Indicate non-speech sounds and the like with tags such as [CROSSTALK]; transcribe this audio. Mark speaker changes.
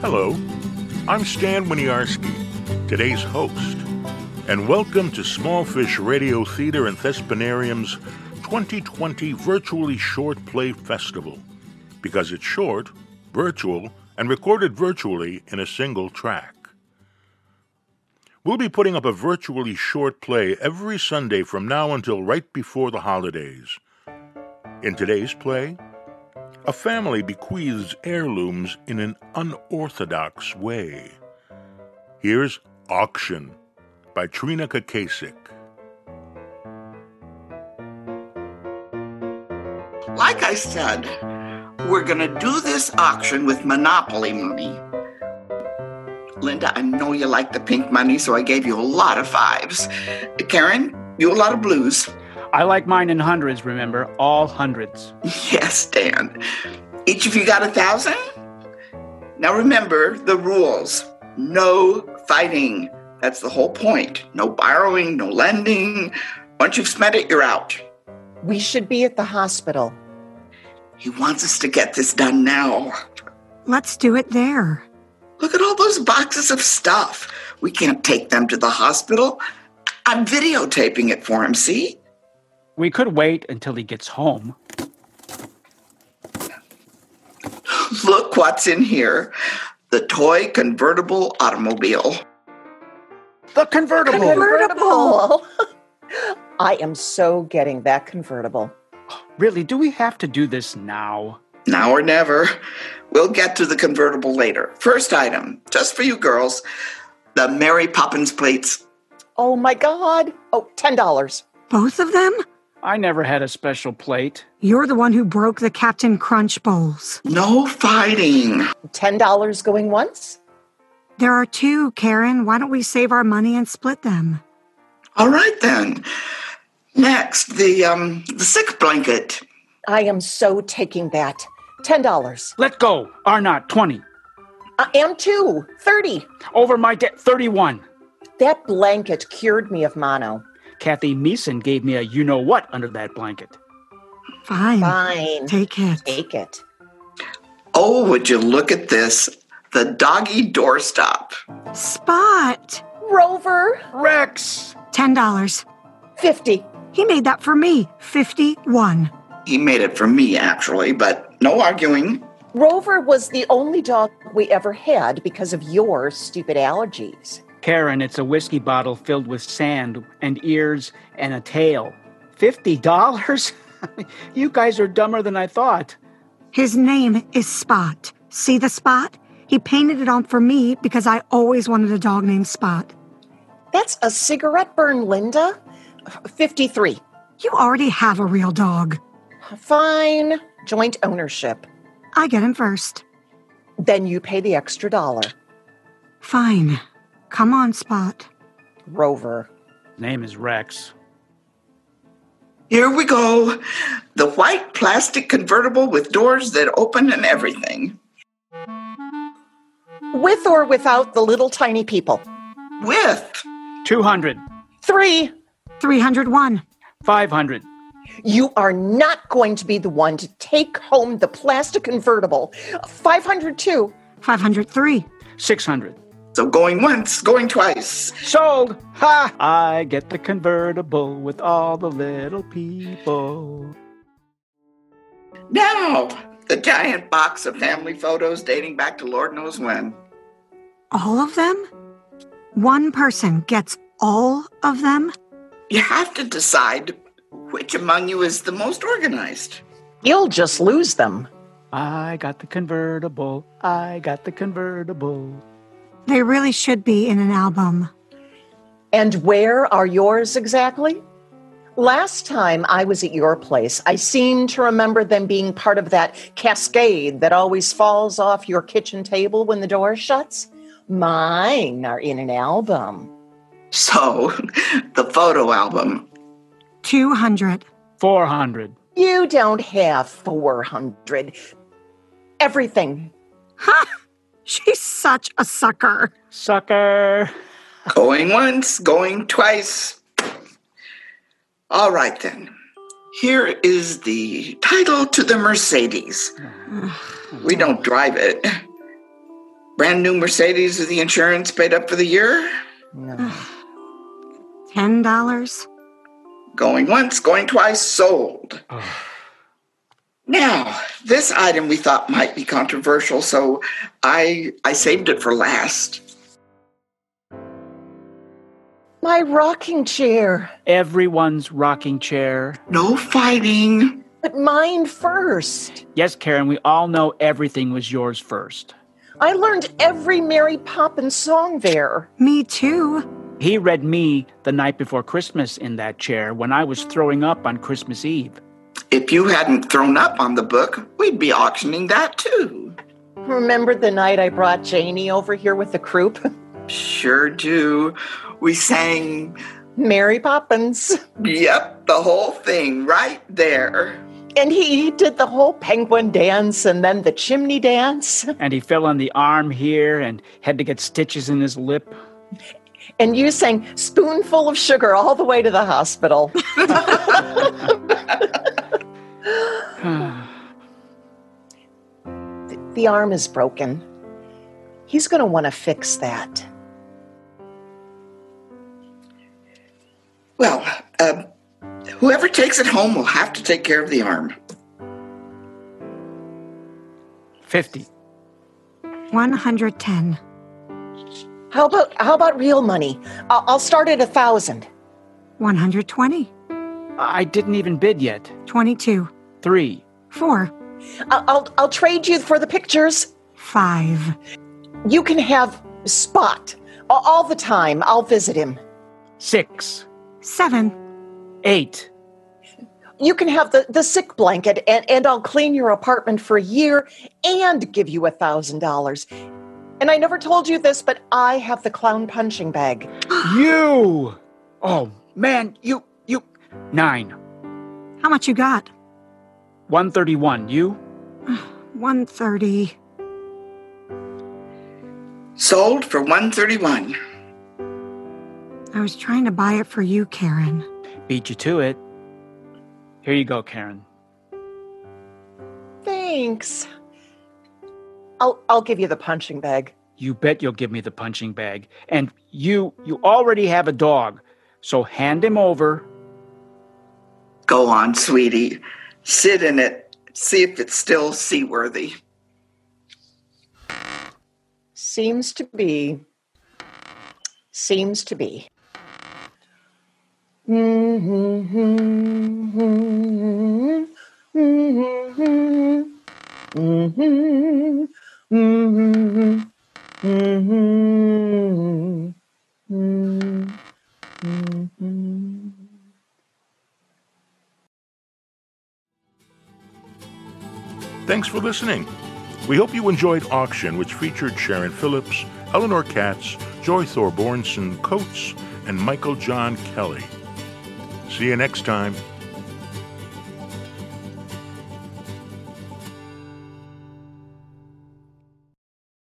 Speaker 1: Hello, I'm Stan Winiarski, today's host, and welcome to Small Fish Radio Theater and Thespinarium's 2020 Virtually Short Play Festival, because it's short, virtual, and recorded virtually in a single track. We'll be putting up a virtually short play every Sunday from now until right before the holidays. In today's play, a family bequeaths heirlooms in an unorthodox way. Here's Auction by Trina Kakasik.
Speaker 2: Like I said, we're going to do this auction with Monopoly money. Linda, I know you like the pink money, so I gave you a lot of fives. Karen, you a lot of blues. [LAUGHS]
Speaker 3: I like mine in hundreds, remember? All hundreds.
Speaker 2: Yes, Dan. Each of you got a thousand? Now remember the rules no fighting. That's the whole point. No borrowing, no lending. Once you've spent it, you're out.
Speaker 4: We should be at the hospital.
Speaker 2: He wants us to get this done now.
Speaker 5: Let's do it there.
Speaker 2: Look at all those boxes of stuff. We can't take them to the hospital. I'm videotaping it for him, see?
Speaker 3: We could wait until he gets home.
Speaker 2: Look what's in here the toy convertible automobile.
Speaker 3: The convertible!
Speaker 5: Convertible!
Speaker 4: [LAUGHS] I am so getting that convertible.
Speaker 3: Really, do we have to do this now?
Speaker 2: Now or never. We'll get to the convertible later. First item, just for you girls, the Mary Poppins plates.
Speaker 4: Oh my God. Oh, $10.
Speaker 5: Both of them?
Speaker 3: I never had a special plate.
Speaker 5: You're the one who broke the Captain Crunch bowls.
Speaker 2: No fighting.
Speaker 4: $10 going once?
Speaker 5: There are two, Karen. Why don't we save our money and split them?
Speaker 2: All right then. Next, the um the sick blanket.
Speaker 4: I am so taking that. $10.
Speaker 3: Let go. Are not 20.
Speaker 4: I am too. 30
Speaker 3: Over my debt. 31.
Speaker 4: That blanket cured me of mono.
Speaker 3: Kathy Meeson gave me a you know what under that blanket.
Speaker 5: Fine.
Speaker 4: Fine.
Speaker 5: Mm. Take it.
Speaker 4: Take it.
Speaker 2: Oh, would you look at this? The doggy doorstop.
Speaker 5: Spot.
Speaker 4: Rover,
Speaker 3: Rex!
Speaker 5: $10.
Speaker 4: 50
Speaker 5: He made that for me. 51.
Speaker 2: He made it for me actually, but no arguing.
Speaker 4: Rover was the only dog we ever had because of your stupid allergies.
Speaker 3: Karen, it's a whiskey bottle filled with sand and ears and a tail. $50? [LAUGHS] you guys are dumber than I thought.
Speaker 5: His name is Spot. See the spot? He painted it on for me because I always wanted a dog named Spot.
Speaker 4: That's a cigarette burn, Linda. 53.
Speaker 5: You already have a real dog.
Speaker 4: Fine. Joint ownership.
Speaker 5: I get him first.
Speaker 4: Then you pay the extra dollar.
Speaker 5: Fine. Come on, Spot.
Speaker 4: Rover.
Speaker 3: Name is Rex.
Speaker 2: Here we go. The white plastic convertible with doors that open and everything.
Speaker 4: With or without the little tiny people.
Speaker 2: With
Speaker 3: 200.
Speaker 4: Three,
Speaker 5: 301.
Speaker 3: 500.
Speaker 4: you are not going to be the one to take home the plastic convertible. 502.
Speaker 5: 503.
Speaker 3: 600.
Speaker 2: so going once, going twice.
Speaker 3: Sold! Ha! I get the convertible with all the little people.
Speaker 2: Now, the giant box of family photos dating back to Lord knows when.
Speaker 5: All of them? One person gets all of them?
Speaker 2: You have to decide which among you is the most organized.
Speaker 4: You'll just lose them.
Speaker 3: I got the convertible. I got the convertible.
Speaker 5: They really should be in an album.
Speaker 4: And where are yours exactly? Last time I was at your place, I seem to remember them being part of that cascade that always falls off your kitchen table when the door shuts. Mine are in an album.
Speaker 2: So, [LAUGHS] the photo album.
Speaker 5: 200.
Speaker 3: 400.
Speaker 4: You don't have 400. Everything.
Speaker 5: Ha! She's such a sucker.
Speaker 3: Sucker!
Speaker 2: Going once, going twice. All right, then. Here is the title to the Mercedes. We don't drive it. Brand new Mercedes is the insurance paid up for the year.
Speaker 4: No.
Speaker 5: Ten dollars.
Speaker 2: Going once, going twice, sold. Now, this item we thought might be controversial, so I I saved it for last.
Speaker 4: My rocking chair.
Speaker 3: Everyone's rocking chair.
Speaker 2: No fighting.
Speaker 4: But mine first.
Speaker 3: Yes, Karen, we all know everything was yours first.
Speaker 4: I learned every Mary Poppins song there.
Speaker 5: Me too.
Speaker 3: He read me the night before Christmas in that chair when I was throwing up on Christmas Eve.
Speaker 2: If you hadn't thrown up on the book, we'd be auctioning that too.
Speaker 4: Remember the night I brought Janie over here with the croup?
Speaker 2: Sure do. We sang,
Speaker 4: Mary Poppins.
Speaker 2: yep, the whole thing right there.
Speaker 4: And he did the whole penguin dance and then the chimney dance.
Speaker 3: And he fell on the arm here and had to get stitches in his lip.
Speaker 4: And you sang spoonful of sugar all the way to the hospital. [LAUGHS] the arm is broken. He's going to want to fix that.
Speaker 2: Well, uh, whoever takes it home will have to take care of the arm.
Speaker 3: 50.
Speaker 5: One hundred ten.
Speaker 4: How about how about real money? I'll, I'll start at a thousand.
Speaker 5: One hundred twenty.
Speaker 3: I didn't even bid yet.
Speaker 5: Twenty-two.
Speaker 3: Three.
Speaker 5: Four.
Speaker 4: I'll, I'll I'll trade you for the pictures.
Speaker 5: Five.
Speaker 4: You can have Spot a- all the time. I'll visit him.
Speaker 3: Six.
Speaker 5: Seven.
Speaker 3: Eight.
Speaker 4: You can have the, the sick blanket and, and I'll clean your apartment for a year and give you a thousand dollars. And I never told you this, but I have the clown punching bag.
Speaker 3: You! Oh, man, you, you. Nine.
Speaker 5: How much you got?
Speaker 3: 131. You?
Speaker 5: One thirty.
Speaker 2: Sold for 131.
Speaker 5: I was trying to buy it for you, Karen.
Speaker 3: Beat you to it. Here you go, Karen.
Speaker 4: Thanks. I'll I'll give you the punching bag.
Speaker 3: You bet you'll give me the punching bag. And you, you already have a dog. So hand him over.
Speaker 2: Go on, sweetie. Sit in it. See if it's still seaworthy.
Speaker 4: Seems to be. Seems to be.
Speaker 1: Thanks for listening. We hope you enjoyed Auction, which featured Sharon Phillips, Eleanor Katz, Joy Thorbornson Coates, and Michael John Kelly. See you next time.